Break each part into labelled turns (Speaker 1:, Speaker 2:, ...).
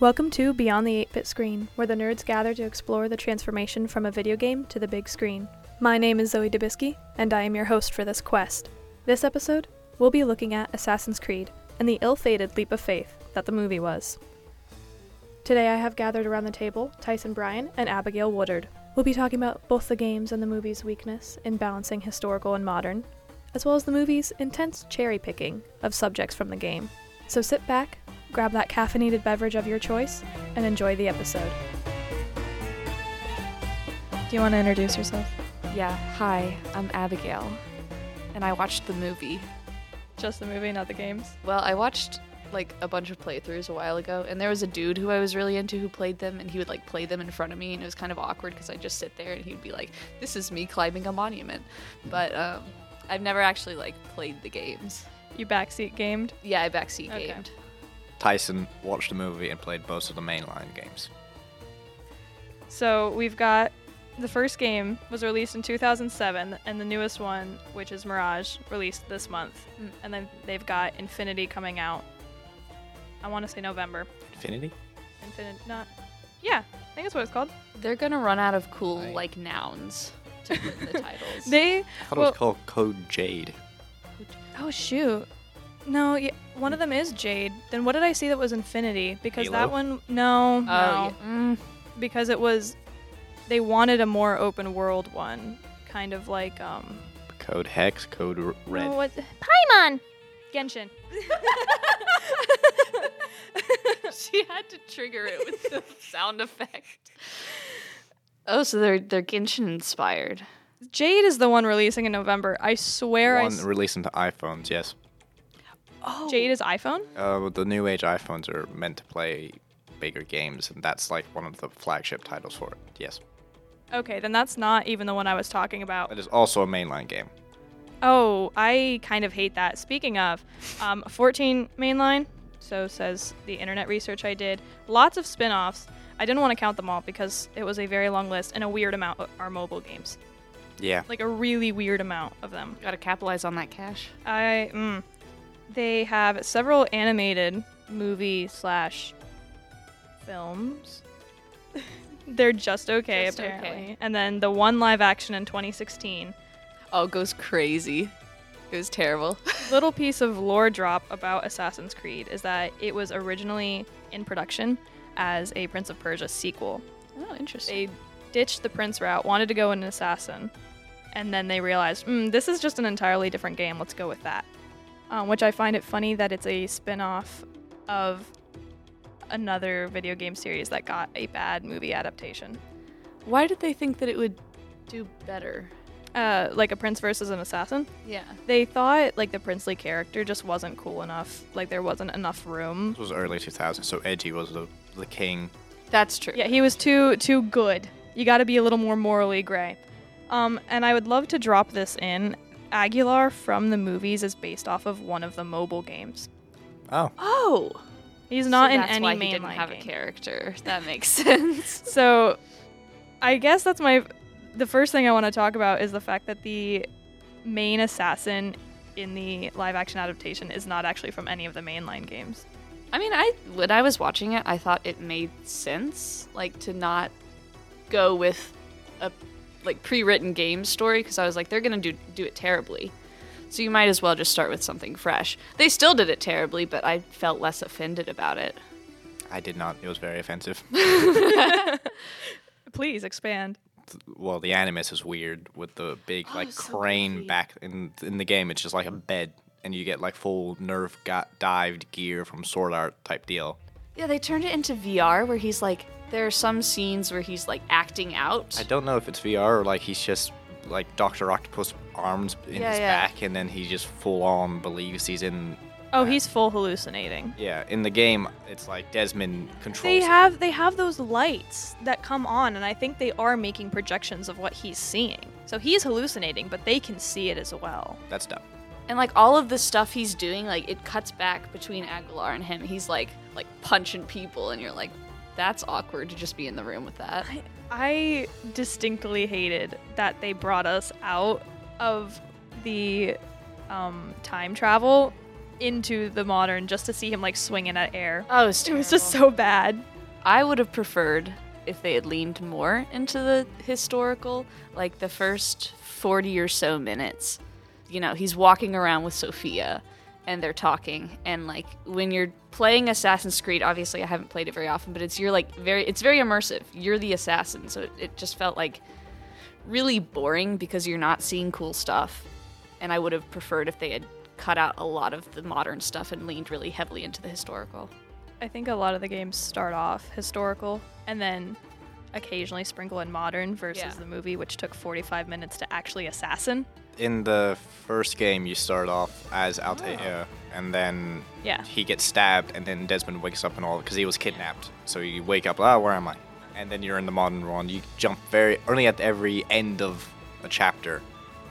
Speaker 1: Welcome to Beyond the 8 Bit Screen, where the nerds gather to explore the transformation from a video game to the big screen. My name is Zoe Dubisky, and I am your host for this quest. This episode, we'll be looking at Assassin's Creed and the ill fated leap of faith that the movie was. Today, I have gathered around the table Tyson Bryan and Abigail Woodard. We'll be talking about both the games and the movie's weakness in balancing historical and modern, as well as the movie's intense cherry picking of subjects from the game. So sit back, grab that caffeinated beverage of your choice, and enjoy the episode. Do you want to introduce yourself?
Speaker 2: Yeah, hi, I'm Abigail, and I watched the movie.
Speaker 1: Just the movie, not the games.
Speaker 2: Well, I watched like a bunch of playthroughs a while ago, and there was a dude who I was really into who played them, and he would like play them in front of me, and it was kind of awkward because I'd just sit there and he'd be like, "This is me climbing a monument," but um, I've never actually like played the games.
Speaker 1: You backseat gamed.
Speaker 2: Yeah, I backseat
Speaker 1: Okay.
Speaker 2: gamed.
Speaker 3: Tyson watched the movie and played most of the mainline games.
Speaker 4: So we've got the first game was released in 2007, and the newest one, which is Mirage, released this month.
Speaker 2: Mm.
Speaker 4: And then they've got Infinity coming out. I want to say November.
Speaker 3: Infinity?
Speaker 4: Infinite, not. Yeah, I think that's what it's called.
Speaker 2: They're gonna run out of cool
Speaker 3: Right.
Speaker 2: like nouns to put in the titles.
Speaker 4: They.
Speaker 3: I thought
Speaker 4: Well-
Speaker 3: it was called Code Jade.
Speaker 4: Oh shoot. No, yeah, one of them is Jade. Then what did I see that was Infinity? Because
Speaker 3: Halo?
Speaker 4: that one, no,
Speaker 2: oh,
Speaker 4: no,
Speaker 2: yeah. Mm.
Speaker 4: because it was. They wanted a more open world one, kind of like um.
Speaker 3: Code Hex, Code R- Red.
Speaker 4: No, Oh, what? Paimon! Genshin.
Speaker 2: she had to trigger it with the sound effect. Oh, so they're they're Genshin inspired.
Speaker 4: Jade is the one releasing in November. I swear I.
Speaker 3: One
Speaker 4: S-
Speaker 3: releasing to iPhones, yes.
Speaker 2: Oh,
Speaker 4: Jade is iPhone?
Speaker 3: Uh, well, the new age iPhones are meant to play bigger games, and that's like one of the flagship titles for it, yes.
Speaker 4: Okay, then that's not even the one I was talking about.
Speaker 3: It is also a mainline game.
Speaker 4: Oh, I kind of hate that. Speaking of, um, 14 mainline, so says the internet research I did. Lots of spin offs. I didn't want to count them all because it was a very long list and a weird amount are mobile games.
Speaker 3: Yeah.
Speaker 4: Like a really weird amount of them.
Speaker 2: Gotta capitalize on that cash.
Speaker 4: I mm, they have several animated movie slash films. They're just okay
Speaker 2: Just okay.
Speaker 4: apparently. And then the one live action in 2016.
Speaker 2: Oh, it goes crazy. It was terrible.
Speaker 4: Little piece of lore drop about Assassin's Creed is that it was originally in production as a Prince of Persia sequel.
Speaker 2: Oh, interesting.
Speaker 4: They ditched the prince route, wanted to go an assassin, and then they realized, mm, this is just an entirely different game. Let's go with that. Um, which I find it funny that it's a spin off of another video game series that got a bad movie adaptation.
Speaker 2: Why did they think that it would do better?
Speaker 4: Uh, like a prince versus an assassin.
Speaker 2: Yeah.
Speaker 4: They thought like the princely character just wasn't cool enough. Like there wasn't enough room.
Speaker 3: This was early 2000s, so Edgy was the, the king.
Speaker 2: That's true.
Speaker 4: Yeah, he was too too good. You got to be a little more morally gray. Um, and I would love to drop this in. Aguilar from the movies is based off of one of the mobile games.
Speaker 3: Oh,
Speaker 2: Oh.
Speaker 4: He's not
Speaker 2: so
Speaker 4: in
Speaker 2: that's
Speaker 4: any
Speaker 2: why
Speaker 4: mainline
Speaker 2: he didn't have
Speaker 4: game.
Speaker 2: a character. That makes sense.
Speaker 4: So, I guess that's my. The first thing I want to talk about is the fact that the main assassin in the live action adaptation is not actually from any of the mainline games.
Speaker 2: I mean, I when I was watching it, I thought it made sense, like to not go with a like pre-written game story because I was like, they're gonna do do it terribly. So you might as well just start with something fresh. They still did it terribly, but I felt less offended about it.
Speaker 3: I did not. It was very offensive.
Speaker 4: Please expand.
Speaker 3: well, the animus is weird with the big like
Speaker 2: it's Oh, so
Speaker 3: crane
Speaker 2: goofy.
Speaker 3: back in in the game. It's just like a bed, and you get like full nerve got dived gear from Sword Art type deal.
Speaker 2: Yeah, they turned it into VR where he's like, there are some scenes where he's like acting out.
Speaker 3: I don't know if it's VR or like he's just like Doctor Octopus arms in
Speaker 2: Yeah,
Speaker 3: his
Speaker 2: yeah.
Speaker 3: back, and then he just full on believes he's in.
Speaker 4: Oh, he's full hallucinating.
Speaker 3: Yeah, in the game, it's like Desmond controls.
Speaker 4: They
Speaker 3: it.
Speaker 4: have they have those lights that come on, and I think they are making projections of what he's seeing. So he's hallucinating, but they can see it as well.
Speaker 3: That's dumb.
Speaker 2: and like all of the stuff he's doing, like it cuts back between Aguilar and him. He's like like punching people, and you're like, that's awkward to just be in the room with that.
Speaker 4: I, I distinctly hated that they brought us out of the um, time travel into the modern just to see him like swinging at air.
Speaker 2: Oh, it was,
Speaker 4: It was just so bad.
Speaker 2: I would have preferred if they had leaned more into the historical, like the first 40 or so minutes. You know, he's walking around with Sophia and they're talking and like when you're playing Assassin's Creed, obviously I haven't played it very often, but it's you're like very it's very immersive. You're the assassin, so it, it just felt like really boring because you're not seeing cool stuff. And I would have preferred if they had cut out a lot of the modern stuff and leaned really heavily into the historical.
Speaker 4: I think a lot of the games start off historical and then occasionally sprinkle in modern versus
Speaker 2: Yeah.
Speaker 4: the movie, which took 45 minutes to actually assassin.
Speaker 3: In the first game, you start off as Altair, and then
Speaker 4: Ah. Yeah.
Speaker 3: he gets stabbed, and then Desmond wakes up and all because he was kidnapped. So you wake up, ah, where am I? And then you're in the modern one. You jump very only at every end of a chapter,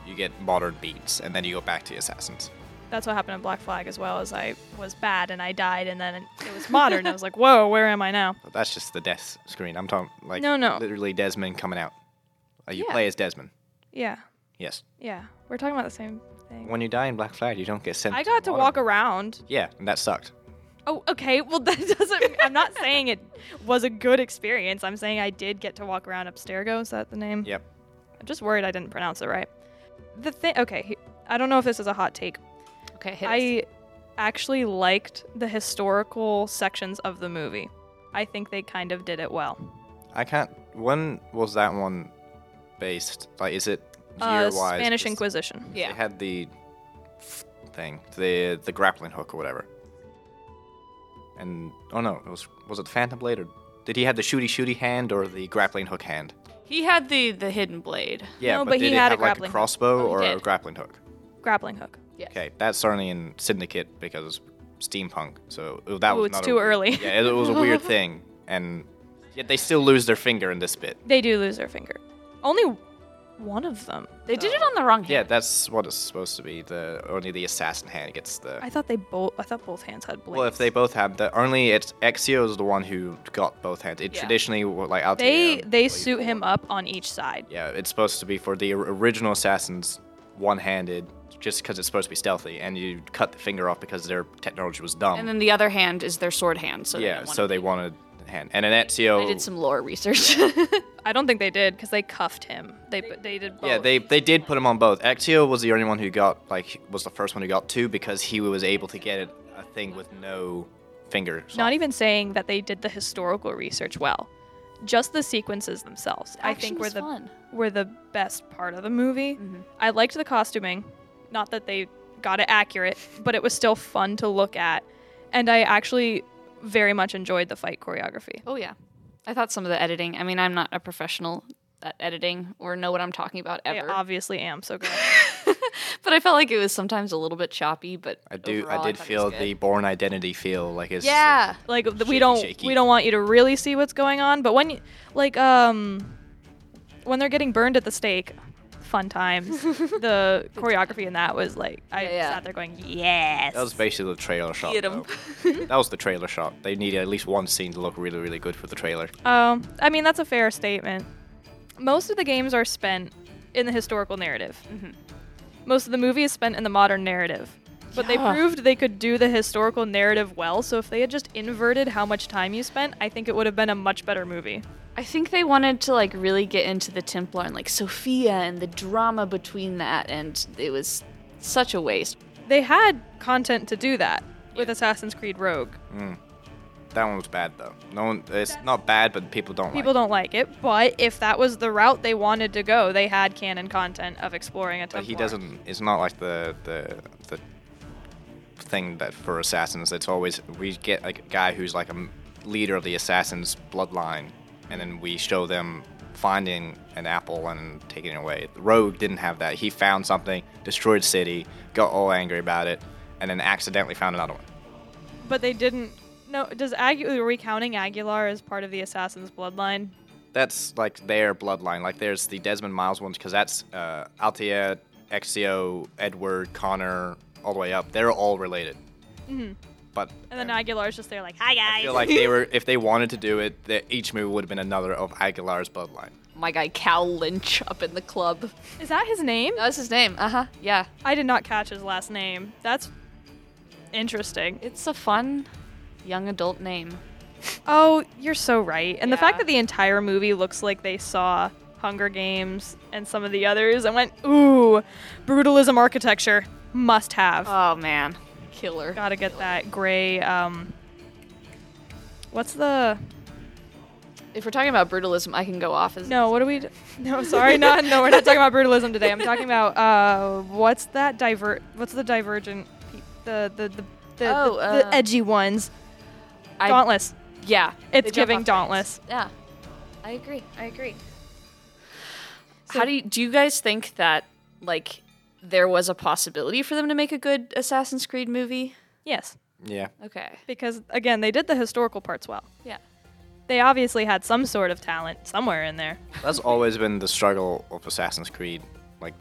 Speaker 3: you get modern beats, and then you go back to the assassins.
Speaker 4: That's what happened in Black Flag as well, as I was bad and I died, and then it was modern. I was like, whoa, where am I now?
Speaker 3: But that's just the death screen. I'm talking like
Speaker 4: No, no.
Speaker 3: literally Desmond coming out. Uh, you
Speaker 4: Yeah.
Speaker 3: play as Desmond.
Speaker 4: Yeah,
Speaker 3: Yes.
Speaker 4: yeah. We're talking about the same thing.
Speaker 3: When you die in Black Flag, you don't get sent.
Speaker 4: I got to
Speaker 3: modern.
Speaker 4: walk around.
Speaker 3: Yeah, and that sucked.
Speaker 4: Oh, okay. Well, that doesn't. I'm not saying it was a good experience. I'm saying I did get to walk around Abstergo. Is that the name?
Speaker 3: Yep.
Speaker 4: I'm just worried I didn't pronounce it right. The thing. Okay. he- I don't know if this is a hot take.
Speaker 2: Okay, hit us.
Speaker 4: I actually liked the historical sections of the movie. I think they kind of did it well.
Speaker 3: I can't. When was that one based? Like, is it year
Speaker 4: Uh,
Speaker 3: wise?
Speaker 4: Spanish Inquisition.
Speaker 3: They had the thing, the the grappling hook or whatever. And oh no, it was was it Phantom Blade or did he have the shooty shooty hand or the grappling hook hand?
Speaker 2: He had the the hidden blade.
Speaker 3: Yeah,
Speaker 4: No, but
Speaker 3: did
Speaker 4: he
Speaker 3: it
Speaker 4: had a
Speaker 3: have like
Speaker 4: grappling
Speaker 3: a
Speaker 4: hook.
Speaker 3: crossbow
Speaker 2: Oh, he
Speaker 3: or a
Speaker 2: did.
Speaker 3: grappling hook?
Speaker 4: Grappling hook.
Speaker 2: Yes.
Speaker 3: Okay, that's certainly in Syndicate because steampunk. So it- that
Speaker 4: Ooh,
Speaker 3: was
Speaker 4: it's
Speaker 3: not a
Speaker 4: too
Speaker 3: weird-
Speaker 4: early.
Speaker 3: Yeah, it, it was a weird thing, and yet they still lose their finger in this bit.
Speaker 4: They do lose their finger. Only one of them.
Speaker 2: They did it on the wrong
Speaker 3: Yeah,
Speaker 2: hand.
Speaker 3: that's what it's supposed to be. The only the assassin hand gets the.
Speaker 4: I thought they both. I thought both hands had blades.
Speaker 3: well, if they both have the only it's Exio is the one who got both hands. It
Speaker 2: Yeah.
Speaker 3: traditionally wa- like Altair,
Speaker 4: They they
Speaker 3: like,
Speaker 4: suit him up on each side.
Speaker 3: Yeah, it's supposed to be for the or- original assassins, one-handed, just because it's supposed to be stealthy, and you cut the finger off because their technology was dumb.
Speaker 2: And then the other hand is their sword hand. So
Speaker 3: yeah,
Speaker 2: they
Speaker 3: so Oh. they wanted the hand. And an Ezio.
Speaker 2: I did some lore research.
Speaker 4: I don't think they did because they cuffed him. They they did both.
Speaker 3: Yeah, they they did put him on both. Axio was the only one who got like was the first one who got two because he was able to get it, a thing with no fingers.
Speaker 4: Not
Speaker 3: on.
Speaker 4: even saying that they did the historical research well, just the sequences themselves. I think were
Speaker 2: we're
Speaker 4: the
Speaker 2: fun.
Speaker 4: were the best part of the movie. I liked the costuming, not that they got it accurate, but it was still fun to look at, and I actually very much enjoyed the fight choreography.
Speaker 2: Oh yeah, I thought some of the editing. I mean, I'm not a professional at editing or know what I'm talking about
Speaker 4: I
Speaker 2: ever.
Speaker 4: obviously am so good.
Speaker 2: but I felt like it was sometimes a little bit choppy. But
Speaker 3: I do.
Speaker 2: overall,
Speaker 3: I did
Speaker 2: thought it was
Speaker 3: feel
Speaker 2: good.
Speaker 3: the born identity feel like it's
Speaker 2: yeah.
Speaker 4: like th- we
Speaker 3: Shaky,
Speaker 4: don't
Speaker 3: shaky.
Speaker 4: we don't want you to really see what's going on but when y- like um when they're getting burned at the stake fun times the choreography in that was like i
Speaker 2: Yeah, yeah.
Speaker 4: sat there going yes
Speaker 3: That was basically the trailer shot.
Speaker 2: Get 'em.
Speaker 3: though. that was the trailer shot. They needed at least one scene to look really, really good for the trailer.
Speaker 4: um i mean that's a fair statement most of the games are spent in the historical narrative
Speaker 2: Mm-hmm.
Speaker 4: most of the movie is spent in the modern narrative but
Speaker 2: Yeah.
Speaker 4: they proved they could do the historical narrative well so if they had just inverted how much time you spent i think it would have been a much better movie
Speaker 2: I think they wanted to like really get into the Templar and like Sophia and the drama between that, and it was such a waste.
Speaker 4: they had content to do that with Assassin's Creed Rogue.
Speaker 3: That one was bad though. No one. It's not bad, but people don't
Speaker 4: People
Speaker 3: like.
Speaker 4: don't like it, but if that was the route they wanted to go, they had canon content of exploring a
Speaker 3: But
Speaker 4: Templar.
Speaker 3: he doesn't. It's not like the the the thing that for assassins. It's always we get a guy who's like a m- leader of the assassins bloodline, and then we show them finding an apple and taking it away. Rogue didn't have that. He found something, destroyed city, got all angry about it, and then accidentally found another one.
Speaker 4: But they didn't. No, does Agu- are we counting Aguilar as part of the Assassin's bloodline?
Speaker 3: That's like their bloodline. Like there's the Desmond Miles ones because that's uh, Altair, Exio, Edward, Connor, all the way up. They're all related. But
Speaker 4: And then
Speaker 3: um,
Speaker 4: Aguilar's just there, like, hi guys.
Speaker 3: I feel like they were if they wanted to do it, that each movie would have been another of Aguilar's bloodline.
Speaker 2: My guy Cal Lynch up in the club.
Speaker 4: Is that his name?
Speaker 2: That was his name. Uh huh. Yeah.
Speaker 4: I did not catch his last name. That's interesting.
Speaker 2: It's a fun young adult name.
Speaker 4: Oh, you're so right. And the fact
Speaker 2: Yeah.
Speaker 4: that the entire movie looks like they saw Hunger Games and some of the others and went, ooh, brutalism architecture, must have.
Speaker 2: Oh man, killer.
Speaker 4: Gotta get that gray. Um, what's the?
Speaker 2: If we're talking about brutalism, I can go off as
Speaker 4: No, what are we? d- No, sorry, not. No, we're not talking about brutalism today. I'm talking about uh, what's that divert? What's the divergent? pe- The the the the,
Speaker 2: Oh,
Speaker 4: the, the
Speaker 2: uh,
Speaker 4: edgy ones.
Speaker 2: I-
Speaker 4: Dauntless.
Speaker 2: Yeah,
Speaker 4: It's
Speaker 2: they jump
Speaker 4: giving
Speaker 2: off
Speaker 4: Dauntless.
Speaker 2: things. Yeah, I agree. I agree. How do you do? You guys think that like there was a possibility for them to make a good Assassin's Creed movie?
Speaker 4: Yes,
Speaker 3: Yeah.
Speaker 2: Okay.
Speaker 4: because again, they did the historical parts well.
Speaker 2: Yeah.
Speaker 4: They obviously had some sort of talent somewhere in there.
Speaker 3: That's always been the struggle of Assassin's Creed. Like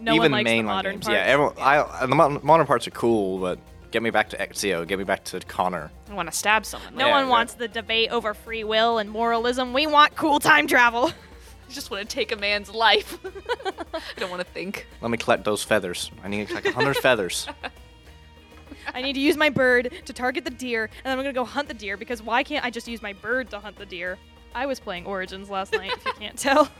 Speaker 4: No
Speaker 3: even
Speaker 4: one likes the
Speaker 3: mainline
Speaker 4: modern
Speaker 3: games.
Speaker 4: parts.
Speaker 3: Yeah, everyone, I, the mo- modern parts are cool, but get me back to Ezio. Get me back to Connor.
Speaker 2: I want to stab someone.
Speaker 4: no
Speaker 3: Yeah,
Speaker 4: one
Speaker 3: yeah.
Speaker 4: wants the debate over free will and moralism. We want cool time travel.
Speaker 2: I just want to take a man's life. I don't want to think.
Speaker 3: Let me collect those feathers. I need to collect 100 feathers.
Speaker 4: I need to use my bird to target the deer, and then I'm gonna go hunt the deer because why can't I just use my bird to hunt the deer? I was playing Origins last night, if you can't tell.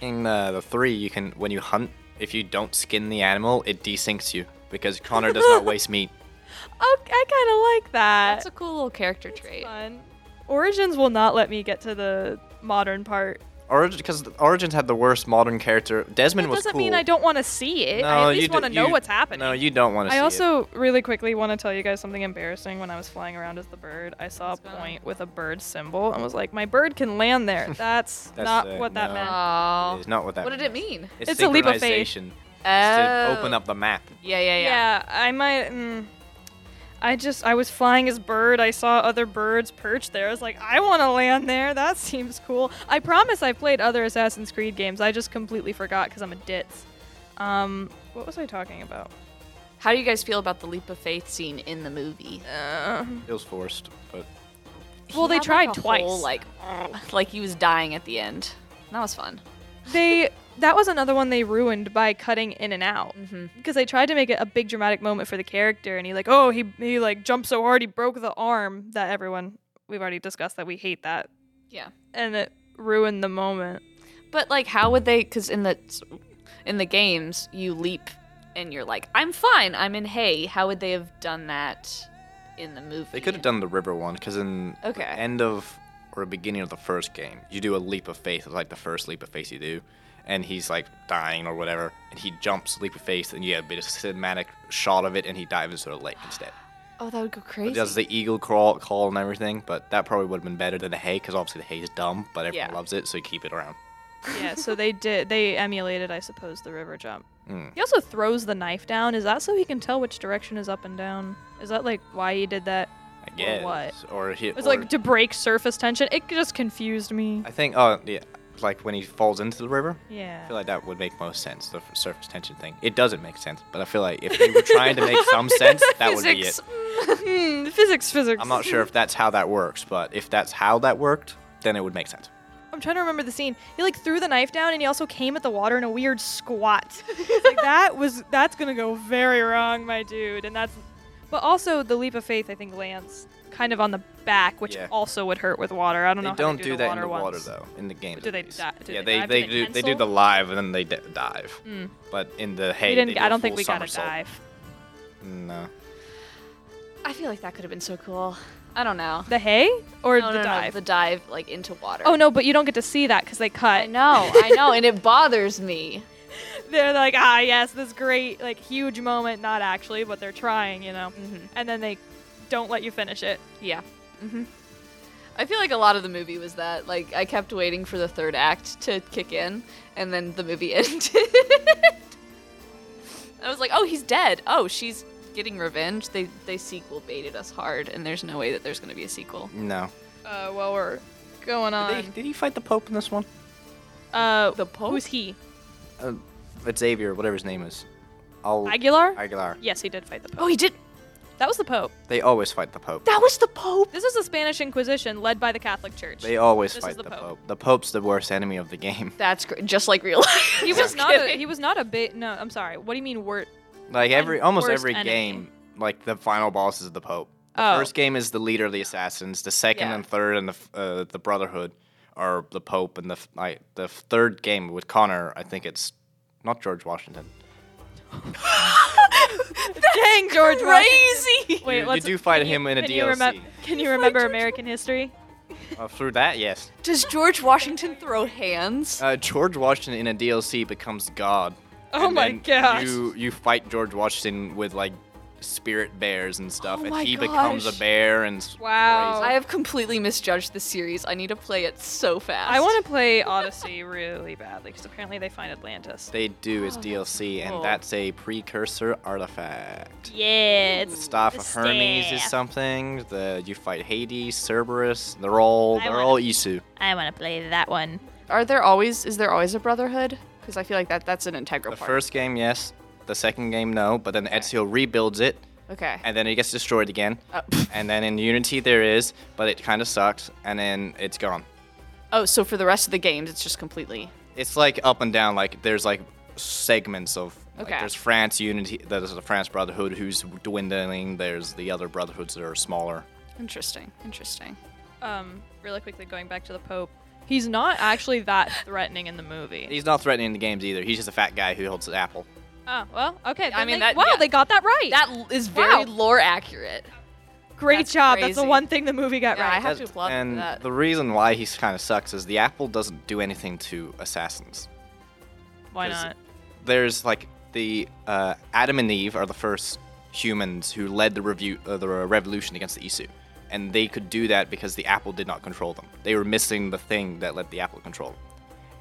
Speaker 3: In uh, the three, you can when you hunt, if you don't skin the animal, it desyncs you because Connor does not waste meat.
Speaker 4: Oh, I kind of like that.
Speaker 2: That's a cool little character trait.
Speaker 4: fun. Origins will not let me get to the modern part.
Speaker 3: Origin, because Origins had the worst modern character. Desmond
Speaker 4: That
Speaker 3: was
Speaker 4: doesn't
Speaker 3: cool.
Speaker 4: mean I don't want to see it. I
Speaker 3: No,
Speaker 4: at
Speaker 3: you
Speaker 4: least
Speaker 3: d-
Speaker 4: want to know
Speaker 3: you-
Speaker 4: what's happening.
Speaker 3: No, you don't want to.
Speaker 4: I also really quickly want to tell you guys something embarrassing. When I was flying around as the bird, I saw a
Speaker 2: go.
Speaker 4: point with a bird symbol and was like, "My bird can land there." That's,
Speaker 3: That's
Speaker 4: not
Speaker 3: sick.
Speaker 4: what that
Speaker 3: No.
Speaker 4: meant.
Speaker 2: Oh.
Speaker 3: It's not what that.
Speaker 2: What did it mean?
Speaker 3: It's,
Speaker 4: It's a leap of faith.
Speaker 3: synchronization. It's
Speaker 2: Oh.
Speaker 3: to open up the map.
Speaker 2: Yeah, yeah, yeah.
Speaker 4: Yeah, I might. Mm, I just I was flying as bird. I saw other birds perched there. I was like, I want to land there. That seems cool. I promise I've played other Assassin's Creed games. I just completely forgot because I'm a ditz. Um, what was I talking about?
Speaker 2: How do you guys feel about the leap of faith scene in the movie?
Speaker 4: Uh,
Speaker 3: It was forced, but
Speaker 4: well,
Speaker 2: He
Speaker 4: they
Speaker 2: had,
Speaker 4: tried
Speaker 2: like, a
Speaker 4: twice.
Speaker 2: whole, like, like he was dying at the end. That was fun.
Speaker 4: they that was another one they ruined by cutting in and out because they tried to make it a big dramatic moment for the character and he like oh he he like jumped so hard he broke the arm that everyone we've already discussed that we hate that
Speaker 2: Yeah.
Speaker 4: and it ruined the moment.
Speaker 2: But like, how would they? Because in the in the games, you leap and you're like, "I'm fine. I'm in hay." How would they have done that in the movie?
Speaker 3: they could have done the river one because in the
Speaker 2: Okay.
Speaker 3: end of or beginning of the first game, you do a leap of faith. It's like the first leap of faith you do, and he's like dying or whatever, and he jumps leap of faith, and you have a bit of cinematic shot of it, and he dives into the lake instead.
Speaker 2: Oh, that would go
Speaker 3: It
Speaker 2: crazy.
Speaker 3: does the eagle crawl, call and everything, but that probably would have been better than the hay because obviously the hay is dumb, but everyone
Speaker 2: Yeah.
Speaker 3: loves it, so you keep it around.
Speaker 4: Yeah, so they did they emulated I suppose the river jump.
Speaker 3: Mm.
Speaker 4: He also throws the knife down. Is that so he can tell which direction is up and down? Is that like why he did that?
Speaker 3: I guess.
Speaker 4: what?
Speaker 3: Or he.
Speaker 4: It was
Speaker 3: or-
Speaker 4: like to break surface tension. It just confused me.
Speaker 3: I think. Oh yeah, like when he falls into the river. I
Speaker 4: Yeah.
Speaker 3: feel like that would make most sense, the f- surface tension thing. It doesn't make sense, but I feel like if they were trying to make some sense, that would be it.
Speaker 2: Physics.
Speaker 4: Hmm, physics, physics.
Speaker 3: I'm not sure if that's how that works, but if that's how that worked, then it would make sense.
Speaker 4: I'm trying to remember the scene. He like threw the knife down and he also came at the water in a weird squat. It's like that was that's gonna go very wrong, my dude. And that's but also the leap of faith I think lands kind of on the back, which
Speaker 3: Yeah.
Speaker 4: also would hurt with water. I don't know.
Speaker 3: they
Speaker 4: how
Speaker 3: don't
Speaker 4: they
Speaker 3: do,
Speaker 4: do, the
Speaker 3: that
Speaker 4: water
Speaker 3: in the water
Speaker 4: ones.
Speaker 3: though, in the game.
Speaker 4: Do
Speaker 3: at
Speaker 4: they
Speaker 3: least.
Speaker 4: di- do
Speaker 3: yeah,
Speaker 4: they dive? Do
Speaker 3: they
Speaker 4: they
Speaker 3: do they do
Speaker 4: pencil?
Speaker 3: the live and then they d- dive. But in the hay,
Speaker 4: Mm. we didn't.
Speaker 3: they do
Speaker 4: I
Speaker 3: a
Speaker 4: don't think
Speaker 3: full
Speaker 4: we got a
Speaker 3: somersault.
Speaker 4: dive.
Speaker 3: No,
Speaker 2: I feel like that could have been so cool. I don't know.
Speaker 4: The hay or
Speaker 2: No,
Speaker 4: the
Speaker 2: no, no,
Speaker 4: dive?
Speaker 2: the dive like into water.
Speaker 4: oh no, but you don't get to see that because they
Speaker 2: I
Speaker 4: cut.
Speaker 2: know, I know, and it bothers me.
Speaker 4: They're like, ah, yes, this great like huge moment. Not actually, but they're trying, you know. And then they don't let you finish it.
Speaker 2: Yeah. hmm I feel like a lot of the movie was that. Like, I kept waiting for the third act to kick in, and then the movie ended. I was like, oh, he's dead. Oh, she's getting revenge. They they sequel baited us hard, and there's no way that there's going to be a sequel.
Speaker 3: no.
Speaker 4: Uh, well, we're going on.
Speaker 3: Did, they, did he fight the Pope in this one?
Speaker 4: Uh,
Speaker 2: The Pope?
Speaker 4: Who's he?
Speaker 3: Uh, Xavier, whatever his name is.
Speaker 4: Oh.
Speaker 3: I'll,
Speaker 4: Aguilar?
Speaker 3: Aguilar.
Speaker 4: Yes, he did fight the Pope.
Speaker 2: Oh, he did.
Speaker 4: That was the Pope.
Speaker 3: They always fight the Pope.
Speaker 2: That was the Pope.
Speaker 4: This is the Spanish Inquisition led by the Catholic Church.
Speaker 3: They always
Speaker 4: This is
Speaker 3: fight
Speaker 4: the
Speaker 3: the,
Speaker 4: Pope.
Speaker 3: Pope. The Pope's the worst enemy of the game.
Speaker 2: That's great. Just like real life.
Speaker 4: he was
Speaker 2: Just
Speaker 4: not. A,
Speaker 2: kidding.
Speaker 4: he was not a bit. No, I'm sorry. What do you mean? Word?
Speaker 3: Like every, almost
Speaker 4: worst
Speaker 3: every
Speaker 4: enemy.
Speaker 3: game, like the final boss is the Pope.
Speaker 4: Oh,
Speaker 3: First game is the leader of the assassins. The second
Speaker 2: Yeah.
Speaker 3: and third and the f- uh, the Brotherhood are the Pope, and the f- I, the f- third game with Connor. I think it's not George Washington.
Speaker 4: dang, George
Speaker 2: Crazy.
Speaker 4: Wait,
Speaker 3: you, you
Speaker 4: let's.
Speaker 3: do fight him in a
Speaker 4: can you,
Speaker 3: DLC.
Speaker 4: remem- can you remember American history?
Speaker 3: uh, through that, yes.
Speaker 2: Does George Washington throw hands?
Speaker 3: Uh, George Washington in a DLC becomes God.
Speaker 4: Oh
Speaker 3: and
Speaker 4: my
Speaker 3: then
Speaker 4: gosh.
Speaker 3: You you fight George Washington with like spirit bears and stuff,
Speaker 2: Oh
Speaker 3: and
Speaker 2: my
Speaker 3: he becomes a
Speaker 2: gosh.
Speaker 3: bear and s-
Speaker 4: Wow.
Speaker 3: crazy.
Speaker 2: I have completely misjudged the series. I need to play it so fast.
Speaker 4: I want to play Odyssey really badly because apparently they find Atlantis.
Speaker 3: They do
Speaker 4: Oh,
Speaker 3: is DLC, and
Speaker 2: cool.
Speaker 3: that's a precursor artifact.
Speaker 4: Yeah, it's
Speaker 3: Staff
Speaker 4: the
Speaker 3: of Hermes is
Speaker 4: staff.
Speaker 3: something. The you fight Hades, Cerberus. They're all
Speaker 4: I
Speaker 3: they're
Speaker 4: wanna-
Speaker 3: all Isu.
Speaker 4: I want to play that one.
Speaker 2: Are there always? Is there always a Brotherhood? Because I feel like that that's an integral
Speaker 3: The
Speaker 2: part.
Speaker 3: first game, yes. The second game, no. But then Ezio rebuilds it,
Speaker 2: Okay.
Speaker 3: and then it gets destroyed again.
Speaker 2: Oh, pff.
Speaker 3: And then in Unity there is, but it kind of sucks. And then it's gone.
Speaker 2: Oh, so for the rest of the games, it's just completely.
Speaker 3: It's like up and down. Like there's like segments of. like,
Speaker 2: Okay.
Speaker 3: there's France Unity. There's the France Brotherhood who's dwindling. There's the other Brotherhoods that are smaller.
Speaker 2: Interesting. Interesting.
Speaker 4: Um, really quickly going back to the Pope, he's not actually that threatening in the movie.
Speaker 3: He's not threatening the games either. He's just a fat guy who holds an apple.
Speaker 4: Oh well, okay.
Speaker 2: I
Speaker 4: then
Speaker 2: mean,
Speaker 4: they-
Speaker 2: that-
Speaker 4: wow,
Speaker 2: yeah.
Speaker 4: they got that right.
Speaker 2: That l- is
Speaker 4: Wow.
Speaker 2: very lore accurate.
Speaker 4: great
Speaker 2: that's
Speaker 4: job. That's the
Speaker 2: crazy.
Speaker 4: one thing the movie got
Speaker 2: Yeah, I
Speaker 4: right.
Speaker 2: have to
Speaker 3: That-
Speaker 2: applaud them
Speaker 3: and
Speaker 2: for that.
Speaker 3: the reason why he kind of sucks is the apple doesn't do anything to assassins.
Speaker 4: Why
Speaker 3: Because
Speaker 4: not?
Speaker 3: There's like the uh, Adam and Eve are the first humans who led the review uh, the revolution against the Isu, and they could do that because the apple did not control them. They were missing the thing that let the apple control them,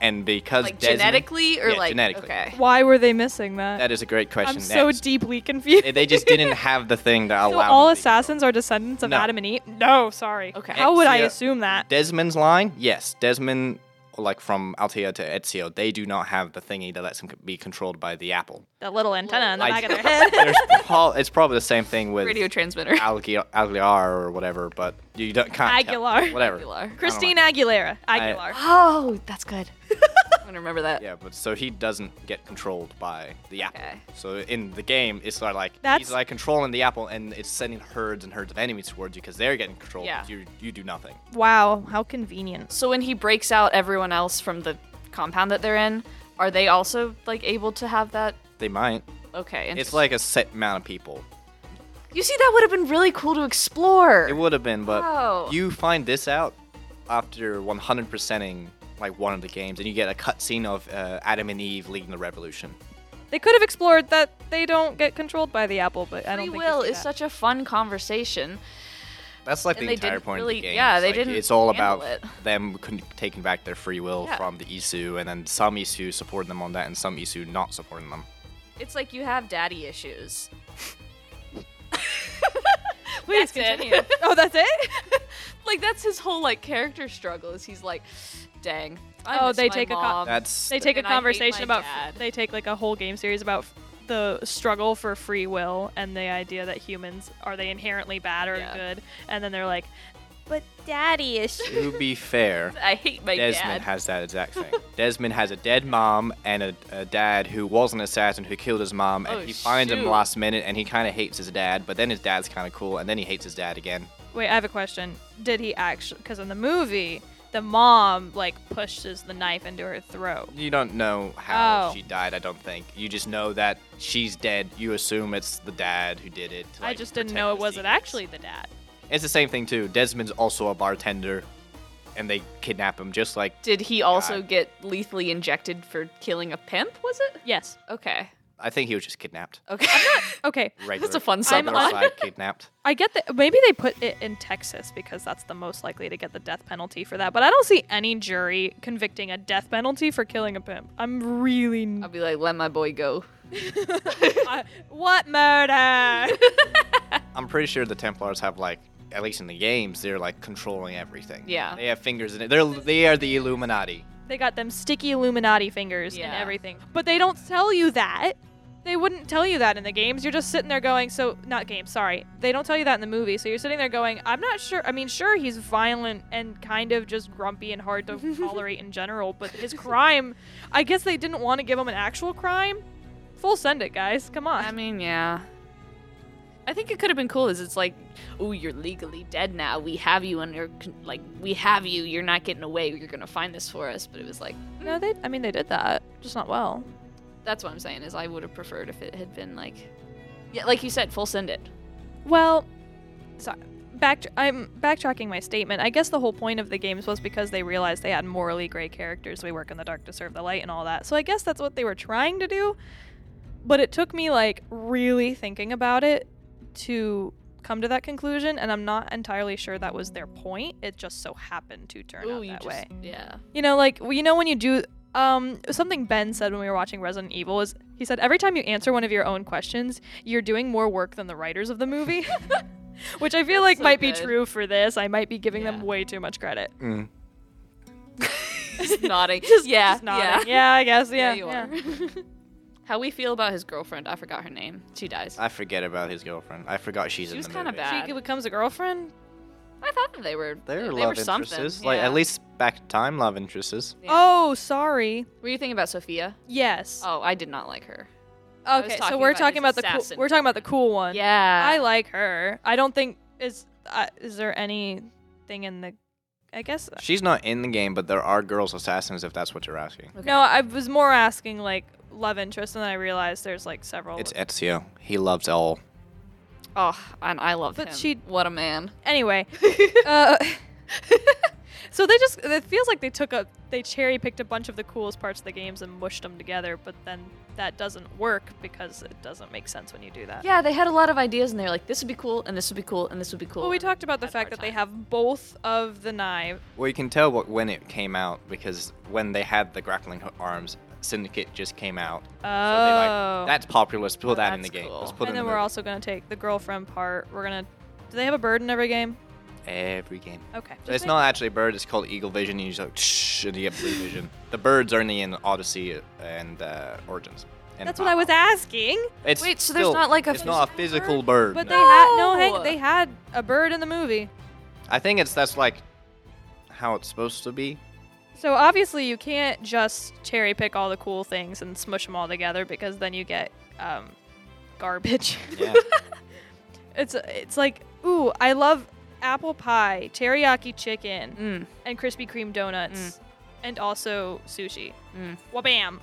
Speaker 3: and because
Speaker 2: like
Speaker 3: Desmond-
Speaker 2: genetically or
Speaker 3: Yeah,
Speaker 2: like
Speaker 3: genetically.
Speaker 2: okay.
Speaker 4: Why were they missing that?
Speaker 3: That is a great question.
Speaker 4: I'm so
Speaker 3: That's-
Speaker 4: deeply confused.
Speaker 3: they just didn't have the thing to
Speaker 4: so
Speaker 3: allow.
Speaker 4: all
Speaker 3: them to be.
Speaker 4: assassins are descendants of
Speaker 3: No.
Speaker 4: Adam and Eve? No, sorry.
Speaker 2: Okay.
Speaker 4: How would I
Speaker 3: Ezio-
Speaker 4: assume that?
Speaker 3: Desmond's line, yes, Desmond, like from Altea to Ezio, they do not have the thingy that lets them be controlled by the apple.
Speaker 4: That little antenna on the
Speaker 3: I-
Speaker 4: back of their head.
Speaker 3: There's prob- it's probably the same thing with
Speaker 2: Radio transmitter.
Speaker 3: Algi- Aguilar or whatever, but you don't can't tell.
Speaker 4: Aguilar.
Speaker 3: whatever.
Speaker 2: Aguilar.
Speaker 3: I don't
Speaker 4: Christine
Speaker 3: know.
Speaker 4: Aguilera. Aguilar.
Speaker 2: Oh, that's good. I'm gonna remember that.
Speaker 3: Yeah, but so he doesn't get controlled by the apple.
Speaker 2: Okay.
Speaker 3: So in the game, it's sort of like
Speaker 4: That's-
Speaker 3: he's like controlling the apple, and it's sending herds and herds of enemies towards you because they're getting controlled.
Speaker 2: Yeah.
Speaker 3: You you do nothing.
Speaker 4: Wow, how convenient.
Speaker 2: So when he breaks out everyone else from the compound that they're in, are they also like able to have that?
Speaker 3: They might.
Speaker 2: Okay.
Speaker 3: It's
Speaker 2: interesting.
Speaker 3: like a set amount of people.
Speaker 2: you see that would have been really cool to explore.
Speaker 3: It would have been, but
Speaker 2: Wow.
Speaker 3: you find this out after 100%ing like one of the games, and you get a cutscene of uh, Adam and Eve leading the revolution.
Speaker 4: They could have explored that they don't get controlled by the apple, but I don't
Speaker 2: Free
Speaker 4: think
Speaker 2: will
Speaker 4: they do
Speaker 2: is
Speaker 4: that.
Speaker 2: such a fun conversation.
Speaker 3: That's like
Speaker 2: And
Speaker 3: the
Speaker 2: they
Speaker 3: entire
Speaker 2: didn't
Speaker 3: point of
Speaker 2: really-
Speaker 3: the game.
Speaker 2: yeah,
Speaker 3: It's
Speaker 2: they
Speaker 3: like,
Speaker 2: didn't
Speaker 3: It's all
Speaker 2: handle
Speaker 3: about
Speaker 2: it.
Speaker 3: them con- taking back their free will
Speaker 2: Yeah.
Speaker 3: from the Isu, and then some Isu supporting them on that, and some Isu not supporting them.
Speaker 2: It's like you have daddy issues.
Speaker 4: Please
Speaker 2: That's it.
Speaker 4: continue. oh, that's it?
Speaker 2: like that's his whole like character struggle. Is he's like, dang. I
Speaker 4: Oh,
Speaker 2: miss
Speaker 4: they
Speaker 2: my
Speaker 4: take a co-
Speaker 2: mom.
Speaker 3: That's
Speaker 4: They take
Speaker 2: And
Speaker 4: a
Speaker 2: I hate
Speaker 4: conversation
Speaker 2: my
Speaker 4: about.
Speaker 2: dad.
Speaker 4: They take like a whole game series about f- the struggle for free will and the idea that humans are they inherently bad or
Speaker 2: Yeah.
Speaker 4: good, and then they're like, but daddy is.
Speaker 3: to be fair.
Speaker 2: I hate my
Speaker 3: Desmond
Speaker 2: dad.
Speaker 3: has that exact thing. Desmond has a dead mom and a, a dad who was an assassin who killed his mom, and
Speaker 2: Oh,
Speaker 3: he finds him
Speaker 2: shoot.
Speaker 3: last minute, and he kind of hates his dad, but then his dad's kind of cool, and then he hates his dad again.
Speaker 4: Wait, I have a question. Did he actually? Because in the movie, the mom like pushes the knife into her throat.
Speaker 3: You don't know how
Speaker 4: Oh.
Speaker 3: she died, I don't think. You just know that she's dead. You assume it's the dad who did it. to,
Speaker 4: I
Speaker 3: like,
Speaker 4: just didn't
Speaker 3: protect
Speaker 4: know it
Speaker 3: the
Speaker 4: wasn't
Speaker 3: secrets.
Speaker 4: actually the dad.
Speaker 3: It's the same thing too. Desmond's also a bartender, and they kidnap him just like
Speaker 2: Did he also
Speaker 3: God.
Speaker 2: get lethally injected for killing a pimp? Was it?
Speaker 4: Yes.
Speaker 2: Okay.
Speaker 3: I think he was just kidnapped.
Speaker 2: Okay.
Speaker 4: Okay.
Speaker 3: Regular,
Speaker 2: That's a fun
Speaker 3: regular
Speaker 2: subplot.
Speaker 3: side kidnapped.
Speaker 4: I get that. Maybe they put it in Texas because that's the most likely to get the death penalty for that. But I don't see any jury convicting a death penalty for killing a pimp. I'm really.
Speaker 2: I'll be like, let my boy go.
Speaker 4: I- what murder?
Speaker 3: I'm pretty sure the Templars have like at least in the games they're like controlling everything.
Speaker 2: Yeah.
Speaker 3: They have fingers in it. They're they are the Illuminati.
Speaker 4: they got them sticky Illuminati fingers
Speaker 2: Yeah.
Speaker 4: and everything. But they don't tell you that. They wouldn't tell you that in the games. You're just sitting there going, so, not games, sorry. They don't tell you that in the movie. So you're sitting there going, I'm not sure. I mean, sure, he's violent and kind of just grumpy and hard to tolerate in general, but his crime, I guess they didn't want to give him an actual crime. Full send it, guys. Come on.
Speaker 2: I mean, yeah. I think it could have been cool. Is it's like, oh, you're legally dead now. We have you under, con- like, we have you. You're not getting away. You're gonna find this for us. But it was like,
Speaker 4: No, they. I mean, they did that, just not well.
Speaker 2: that's what I'm saying. Is I would have preferred if it had been like, yeah, like you said, full send it.
Speaker 4: Well, sorry. Back, I'm backtracking my statement. I guess the whole point of the games was because they realized they had morally gray characters. We work in the dark to serve the light and all that. So I guess that's what they were trying to do. But it took me like really thinking about it to come to that conclusion, and I'm not entirely sure that was their point. It just so happened to turn
Speaker 2: Ooh,
Speaker 4: out
Speaker 2: you
Speaker 4: that
Speaker 2: just,
Speaker 4: way.
Speaker 2: yeah.
Speaker 4: You know, like well, you know when you do um something Ben said when we were watching Resident Evil is he said every time you answer one of your own questions, you're doing more work than the writers of the movie. Which I feel like
Speaker 2: so
Speaker 4: might be
Speaker 2: good.
Speaker 4: true for this. I might be giving them
Speaker 2: Yeah.
Speaker 4: way too much credit.
Speaker 3: Mm.
Speaker 2: Just nodding.
Speaker 4: Just
Speaker 2: yeah,
Speaker 4: just nodding. yeah. I guess. Yeah,
Speaker 2: Yeah, you
Speaker 4: yeah.
Speaker 2: are. How we feel about his girlfriend? I forgot her name. She dies. I,
Speaker 3: I forget about his girlfriend. I forgot she's
Speaker 2: She
Speaker 3: in
Speaker 2: was
Speaker 3: the movie.
Speaker 2: kinda bad.
Speaker 4: She becomes a girlfriend.
Speaker 2: thought that they were.
Speaker 3: They're
Speaker 2: they
Speaker 3: love
Speaker 2: were something.
Speaker 3: interests. Like
Speaker 2: yeah.
Speaker 3: at least back in time love interests.
Speaker 2: Yeah.
Speaker 4: Oh, sorry.
Speaker 2: Were you thinking about Sophia?
Speaker 4: Yes.
Speaker 2: Oh, I did not like her. was
Speaker 4: okay, so
Speaker 2: talking
Speaker 4: we're
Speaker 2: about
Speaker 4: talking
Speaker 2: his
Speaker 4: about the cool,
Speaker 2: assassin
Speaker 4: we're talking about the cool one.
Speaker 2: Yeah.
Speaker 4: I like her. I don't think is uh, is there anything in the I guess
Speaker 3: She's not in the game, but there are girls assassins if that's what you're asking.
Speaker 2: Okay.
Speaker 4: No, I was more asking like love interest, and then I realized there's like several.
Speaker 3: It's Ezio. He loves all.
Speaker 2: Oh, and I love
Speaker 4: But
Speaker 2: him.
Speaker 4: she-
Speaker 2: What a man.
Speaker 4: anyway, uh, so they just it feels like they took a they cherry picked a bunch of the coolest parts of the games and mushed them together, but then that doesn't work because it doesn't make sense when you do that.
Speaker 2: Yeah, they had a lot of ideas, and they were like, "This would be cool, and this would be cool, and this would be cool."
Speaker 4: Well, we
Speaker 2: and
Speaker 4: talked about the
Speaker 2: had more
Speaker 4: fact that they
Speaker 2: time.
Speaker 4: have both of the knives.
Speaker 3: Well, you can tell what when it came out because when they had the grappling hook arms, Syndicate just came out.
Speaker 4: Oh,
Speaker 3: So they like that's popular. Let's put that in the
Speaker 2: That's
Speaker 3: game.
Speaker 2: cool.
Speaker 3: Let's put
Speaker 4: and
Speaker 3: it in
Speaker 4: then
Speaker 3: the
Speaker 4: we're
Speaker 3: movie."
Speaker 4: also gonna take the girlfriend part. We're gonna. Do they have a bird in every game?
Speaker 3: every game.
Speaker 4: Okay.
Speaker 3: So it's
Speaker 4: Just
Speaker 3: not actually a bird. It's called Eagle Vision, and you just like shh, and you get Blue Vision. the birds are only in Odyssey and uh, Origins. and
Speaker 4: That's what I was
Speaker 3: Pop-Up.
Speaker 4: asking.
Speaker 3: It's
Speaker 2: Wait, so there's
Speaker 3: still-
Speaker 2: not, like, a
Speaker 3: it's not a
Speaker 2: physical
Speaker 3: physical bird.
Speaker 4: But
Speaker 3: no.
Speaker 4: they had no.
Speaker 2: No.
Speaker 4: Hang, they had a bird in the movie.
Speaker 3: I think it's that's like how it's supposed to be.
Speaker 4: So obviously you can't just cherry pick all the cool things and smush them all together because then you get um, garbage.
Speaker 3: Yeah.
Speaker 4: it's it's like ooh, I love apple pie, teriyaki chicken,
Speaker 2: Mm.
Speaker 4: and Krispy Kreme donuts, and also sushi.
Speaker 2: Mm.
Speaker 4: Wabam!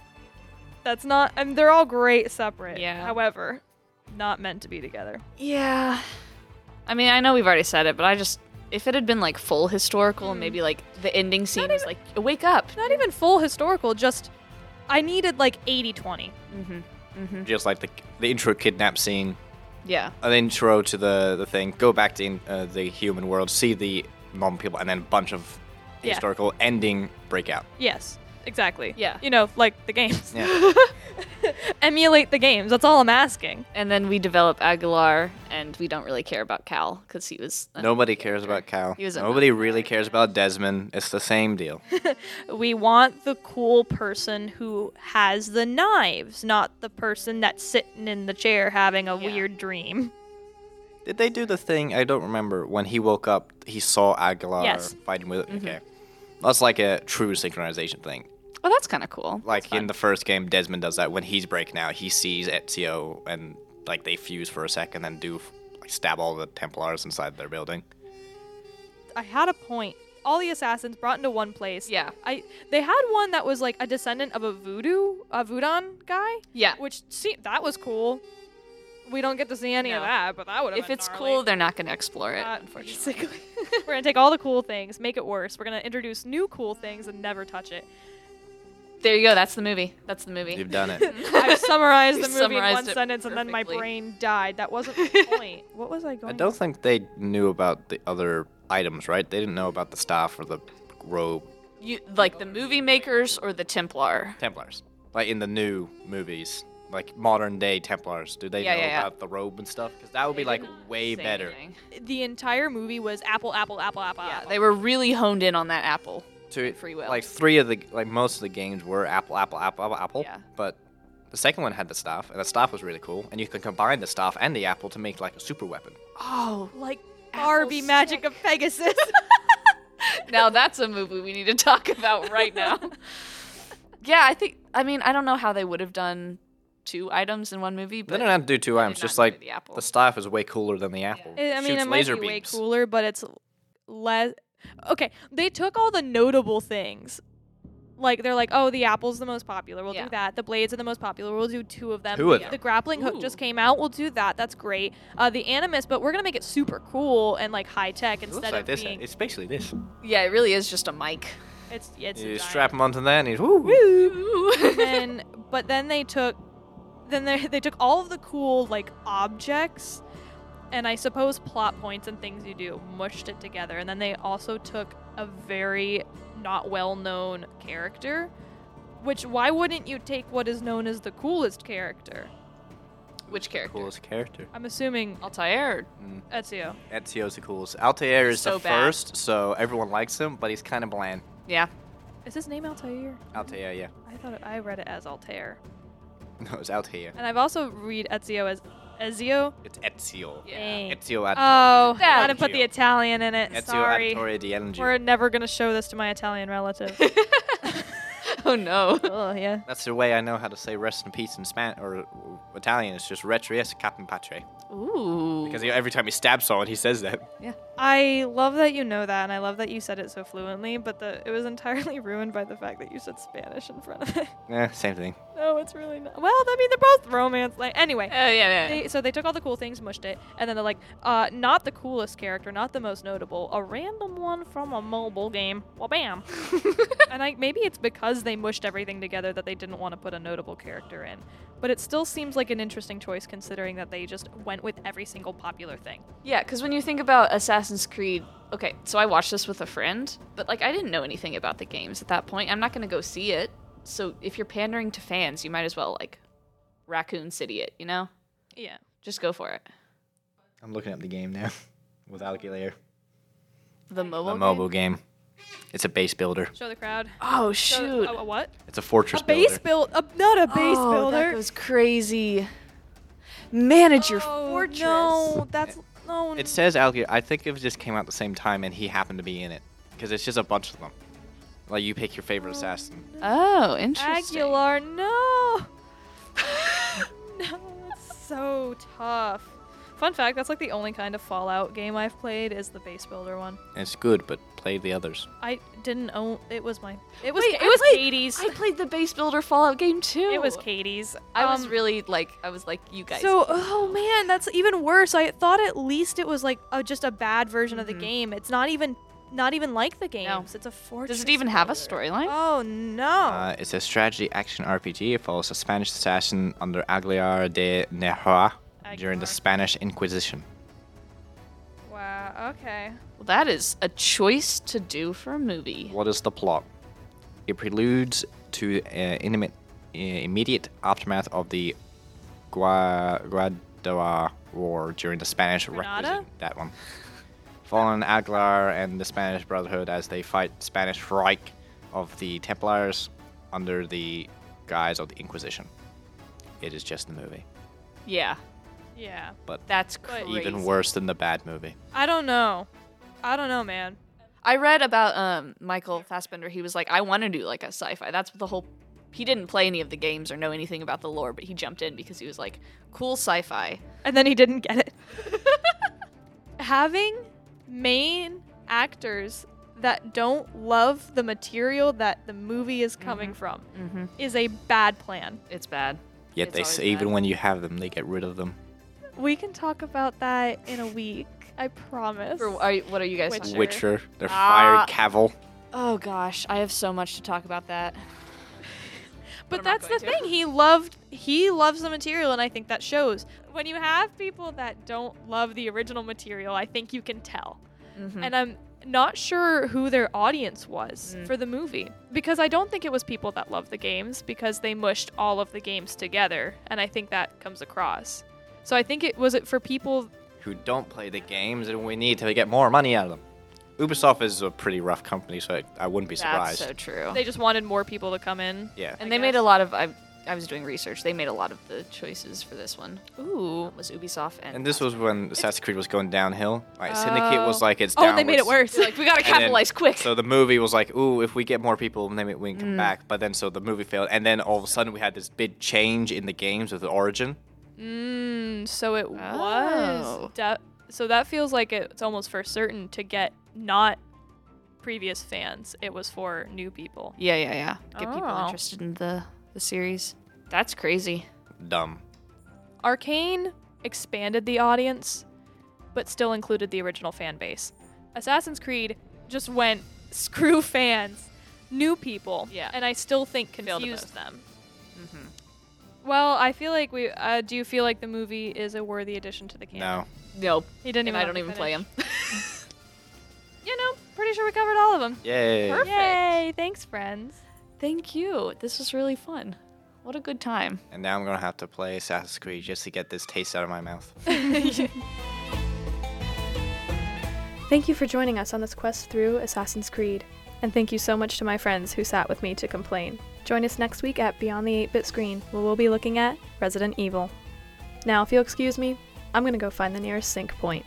Speaker 4: That's not. I mean, they're all great separate.
Speaker 2: Yeah.
Speaker 4: However, not meant to be together.
Speaker 2: Yeah. I mean, I know we've already said it, but I just if it had been like full historical, and
Speaker 4: Mm.
Speaker 2: maybe like the ending scene is like wake up.
Speaker 4: Not even full historical. Just I needed like 80-20.
Speaker 2: Mm-hmm. Mm-hmm.
Speaker 3: just like the the intro kidnap scene,
Speaker 2: Yeah.
Speaker 3: an intro to the the thing. Go back to in, uh, the human world, see the normal people, and then a bunch of
Speaker 4: Yeah.
Speaker 3: historical ending breakout.
Speaker 4: Yes, exactly.
Speaker 2: Yeah.
Speaker 4: You know, like the games.
Speaker 3: Yeah.
Speaker 4: Emulate the games. That's all I'm asking.
Speaker 2: And then we develop Aguilar, and we don't really care about Cal because he was uh, a-
Speaker 3: Nobody cares about Cal.
Speaker 2: He was a
Speaker 3: Nobody really cares about Desmond. It's the same deal.
Speaker 4: We want the cool person who has the knives, not the person that's sitting in the chair having a
Speaker 2: Yeah.
Speaker 4: weird dream.
Speaker 3: Did they do the thing? I don't remember. When he woke up, he saw Aguilar
Speaker 4: Yes.
Speaker 3: fighting with.
Speaker 2: Mm-hmm.
Speaker 3: Okay. That's like a true synchronization thing.
Speaker 2: Oh, that's kind of cool.
Speaker 3: Like in the first game, Desmond does that when he's breaking out. He sees Ezio and like they fuse for a second and do like stab all the Templars inside their building.
Speaker 4: I had a point. All the assassins brought into one place.
Speaker 2: Yeah.
Speaker 4: I they had one that was like a descendant of a voodoo, a Voodoo guy,
Speaker 2: Yeah.
Speaker 4: which see that was cool. We don't get to see any of
Speaker 2: No.
Speaker 4: that, but that would have
Speaker 2: If it's cool, they're not going to explore it,
Speaker 4: Uh,
Speaker 2: unfortunately.
Speaker 4: We're gonna take all the cool things, make it worse. We're gonna introduce new cool things and never touch it.
Speaker 2: There you go. That's the movie. That's the movie.
Speaker 3: You've done it.
Speaker 4: I've summarized
Speaker 2: You
Speaker 4: the movie in
Speaker 2: summarized
Speaker 4: one
Speaker 2: it
Speaker 4: sentence, and then my
Speaker 2: perfectly.
Speaker 4: brain died. That wasn't the point. What was I
Speaker 3: I
Speaker 4: going?
Speaker 3: don't think they knew about the other items, right? They didn't know about the staff or the robe.
Speaker 2: You like the movie makers or the Templar?
Speaker 3: Templars. Like in the new movies, like modern day Templars, do they
Speaker 2: Yeah,
Speaker 3: know
Speaker 2: yeah, yeah.
Speaker 3: about the robe and stuff? Because that would be like way
Speaker 2: Say
Speaker 3: better.
Speaker 2: anything.
Speaker 4: The entire movie was apple, apple, apple, apple.
Speaker 2: Yeah,
Speaker 4: apple.
Speaker 2: they were really honed in on that apple.
Speaker 3: To
Speaker 2: Free will.
Speaker 3: Like three of the like most of the games were Apple, Apple, Apple, Apple, Apple.
Speaker 2: Yeah.
Speaker 3: But the second one had the staff, and the staff was really cool. And you can combine the staff and the apple to make like a super weapon.
Speaker 2: Oh,
Speaker 4: like
Speaker 2: Apple
Speaker 4: Barbie
Speaker 2: stick.
Speaker 4: Magic of Pegasus.
Speaker 2: now that's a movie we need to talk about right now. yeah, I think. I mean, I don't know how they would have done two items in one movie,
Speaker 3: They
Speaker 2: but
Speaker 3: don't have to do two items.
Speaker 2: not
Speaker 3: Just
Speaker 2: do
Speaker 3: like
Speaker 2: the apple.
Speaker 3: the staff is way cooler than the apple.
Speaker 4: It- I mean,
Speaker 3: Shoots
Speaker 4: it might
Speaker 3: laser
Speaker 4: be way
Speaker 3: beams.
Speaker 4: cooler, but it's less. Okay, they took all the notable things. Like they're like, oh, the apple's the most popular. We'll
Speaker 2: Yeah.
Speaker 4: do that. The blades are the most popular. We'll do two of them.
Speaker 3: Two of
Speaker 4: the,
Speaker 3: them.
Speaker 4: the grappling hook just
Speaker 2: Ooh.
Speaker 4: came out. We'll do that. That's great. Uh, the animus, but we're gonna make it super cool and like high tech
Speaker 3: It looks
Speaker 4: instead
Speaker 3: like
Speaker 4: of
Speaker 3: this.
Speaker 4: being.
Speaker 3: It's basically this.
Speaker 2: yeah, it really is just a mic.
Speaker 4: It's it's. a
Speaker 3: you
Speaker 4: giant-
Speaker 3: strap him onto that, and he's woo.
Speaker 4: and but then they took then they, they took all of the cool like objects and i suppose plot points and things you do mushed it together and then they also took a very not well known character which why wouldn't you take what is known as the coolest character
Speaker 2: Which character?
Speaker 3: Coolest character.
Speaker 4: i'm assuming
Speaker 2: Altair.
Speaker 3: Mm.
Speaker 4: ezio
Speaker 3: Ezio's the coolest. Altair is
Speaker 2: So
Speaker 3: the
Speaker 2: bad.
Speaker 3: first, so everyone likes him, but he's kind of bland.
Speaker 2: Yeah.
Speaker 4: is his name altair
Speaker 3: Altair, yeah.
Speaker 4: i thought it, i read it as altair
Speaker 3: No, it's Altair.
Speaker 4: and i've also read ezio as ezio
Speaker 3: It's Ezio.
Speaker 2: Yeah.
Speaker 3: Ezio Auditore.
Speaker 4: oh i
Speaker 2: Dad.
Speaker 4: had to put the italian in it
Speaker 3: Ezio
Speaker 4: sorry
Speaker 3: Auditore di Angelo.
Speaker 4: We're never gonna show this to my Italian relative.
Speaker 2: Oh no.
Speaker 4: oh yeah.
Speaker 3: That's the way I know how to say rest in peace in Spanish or uh, Italian. It's just retrius capen patre.
Speaker 2: Ooh.
Speaker 3: Because he- every time he stabs someone, he says that.
Speaker 4: I love that you know that, and I love that you said it so fluently. But the it was entirely ruined by the fact that you said Spanish in front of it.
Speaker 3: Eh, same thing.
Speaker 4: no, it's really not. Well, I mean, they're both romance. Like anyway.
Speaker 2: Oh yeah, yeah.
Speaker 4: They, so they took all the cool things, mushed it, and then they're like, uh, not the coolest character, not the most notable, a random one from a mobile game. Well, bam. and I, maybe it's because they mushed everything together that they didn't want to put a notable character in. But it still seems like an interesting choice considering that they just went with every single popular thing.
Speaker 2: Yeah, because when you think about Assassin's Creed, okay, so I watched this with a friend, but like I didn't know anything about the games at that point. I'm not gonna go see it. So if you're pandering to fans, you might as well like raccoon city it, you know?
Speaker 4: Yeah.
Speaker 2: Just go for it.
Speaker 3: I'm looking up the game now with Altair.
Speaker 2: The mobile.
Speaker 3: The mobile game. It's a base builder.
Speaker 4: Show the crowd.
Speaker 2: Oh
Speaker 4: Show-
Speaker 2: shoot.
Speaker 4: a- a what?
Speaker 3: It's a fortress
Speaker 4: A base
Speaker 3: builder.
Speaker 4: build, a, not a base
Speaker 2: oh,
Speaker 4: builder.
Speaker 2: That goes crazy. Manage your
Speaker 4: Oh,
Speaker 2: fortress.
Speaker 4: No, that's no.
Speaker 3: It says Altair. I think it just came out the same time, and he happened to be in it because it's just a bunch of them. Like you pick your favorite assassin.
Speaker 2: Oh, interesting.
Speaker 4: Aguilar, no. no, that's so tough. Fun fact, that's like the only kind of Fallout game I've played is the base builder one.
Speaker 3: And it's good, but play the others.
Speaker 4: I didn't own it was my it was
Speaker 2: Wait,
Speaker 4: it
Speaker 2: I
Speaker 4: was
Speaker 2: played-
Speaker 4: Katie's.
Speaker 2: I played the base builder Fallout game too.
Speaker 4: it was Katie's.
Speaker 2: I was
Speaker 4: Um,
Speaker 2: really like I was like you guys.
Speaker 4: So, oh man, that's even worse. I thought at least it was like a, just a bad version of the
Speaker 2: Mm-hmm.
Speaker 4: game. It's not even not even like the games. It's a fortress.
Speaker 2: does it even have a
Speaker 4: builder.
Speaker 2: storyline?
Speaker 4: Oh no.
Speaker 3: Uh, it's a strategy action RPG. It follows a Spanish assassin under Aguilar de Nerja during
Speaker 4: Aguilar.
Speaker 3: the Spanish Inquisition.
Speaker 4: wow. Okay.
Speaker 2: Well, that is a choice to do for a movie.
Speaker 3: What is the plot? It preludes to uh, intimate, uh, immediate aftermath of the Gua- Guadalajara War during the Spanish
Speaker 4: Granada?
Speaker 3: Requisition. That one. Following Aguilar and the Spanish Brotherhood as they fight Spanish Reich of the Templars under the guise of the Inquisition. It is just the movie,
Speaker 2: Yeah,
Speaker 4: Yeah.
Speaker 3: but
Speaker 2: that's
Speaker 4: But-
Speaker 2: crazy.
Speaker 3: even worse than the bad movie.
Speaker 4: I don't know. I don't know, man.
Speaker 2: I read about um, Michael Fassbender. He was like, I want to do like a sci-fi. That's the whole. He didn't play any of the games or know anything about the lore, but he jumped in because he was like, cool sci-fi.
Speaker 4: And then he didn't get it. Having main actors that don't love the material that the movie is coming from
Speaker 2: Mm-hmm.
Speaker 4: is a bad plan.
Speaker 2: It's bad.
Speaker 3: Yet
Speaker 2: It's
Speaker 3: they
Speaker 2: always
Speaker 3: say even
Speaker 2: bad.
Speaker 3: when you have them, they get rid of them.
Speaker 4: We can talk about that in a week. I promise.
Speaker 2: For, are, you- what are you guys?
Speaker 4: Which-
Speaker 2: talking-
Speaker 4: Sure.
Speaker 3: Witcher, they're
Speaker 2: Ah.
Speaker 3: fired Cavill.
Speaker 2: Oh gosh, I have so much to talk about that.
Speaker 4: But
Speaker 2: I'm not
Speaker 4: that's the
Speaker 2: going to.
Speaker 4: thing. He loved he loves the material and I think that shows. When you have people that don't love the original material, I think you can tell.
Speaker 2: Mhm.
Speaker 4: And I'm not sure who their audience was
Speaker 2: Mm.
Speaker 4: for the movie because I don't think it was people that loved the games because they mushed all of the games together and I think that comes across. So I think it was it for people
Speaker 3: who don't play the games and we need to get more money out of them. Ubisoft is a pretty rough company, so I, I wouldn't be
Speaker 2: That's
Speaker 3: surprised.
Speaker 2: so true.
Speaker 4: they just wanted more people to come in.
Speaker 3: yeah.
Speaker 2: and
Speaker 4: I
Speaker 2: they made
Speaker 4: guess.
Speaker 2: a lot of I, I was doing research. They made a lot of the choices for this one.
Speaker 4: Ooh.
Speaker 2: It was Ubisoft and
Speaker 3: And this was when Assassin's Creed was going downhill. Like Syndicate
Speaker 4: Oh.
Speaker 3: was like it's
Speaker 4: Oh, they made it
Speaker 3: downwards.
Speaker 4: worse.
Speaker 2: like we gotta
Speaker 3: And then-
Speaker 2: capitalize quick.
Speaker 3: So the movie was like, ooh, if we get more people, then we we can come back. But then so the movie failed, and then all of a sudden we had this big change in the games with the origin.
Speaker 4: Mm, so it
Speaker 2: Oh.
Speaker 4: was. De- so that feels like it's almost for certain to get not previous fans. It was for new people.
Speaker 2: yeah, yeah, yeah. Get people
Speaker 4: Oh.
Speaker 2: interested in the the series. That's crazy.
Speaker 3: Dumb.
Speaker 4: Arcane expanded the audience, but still included the original fan base. Assassin's Creed just went screw fans, new people,
Speaker 2: Yeah.
Speaker 4: and I still think
Speaker 2: Failed Mm-hmm. at
Speaker 4: confused
Speaker 2: both.
Speaker 4: them. Well, I feel like we. Uh, do you feel like the movie is a worthy addition to the canon?
Speaker 3: No.
Speaker 2: Nope.
Speaker 4: he didn't.
Speaker 2: And
Speaker 4: Even
Speaker 2: I
Speaker 4: let
Speaker 2: don't
Speaker 4: me
Speaker 2: even
Speaker 4: finish.
Speaker 2: play them.
Speaker 4: You know, pretty sure we covered all of them.
Speaker 3: Yay.
Speaker 2: Perfect.
Speaker 4: Yay! Thanks, friends.
Speaker 2: Thank you. This was really fun. What a good time.
Speaker 3: And now I'm gonna have to play Assassin's Creed just to get this taste out of my mouth.
Speaker 1: Thank you for joining us on this quest through Assassin's Creed, and thank you so much to my friends who sat with me to complain. Join us next week at Beyond the 8 Bit Screen, where we'll be looking at Resident Evil. Now, if you'll excuse me, I'm gonna go find the nearest sync point.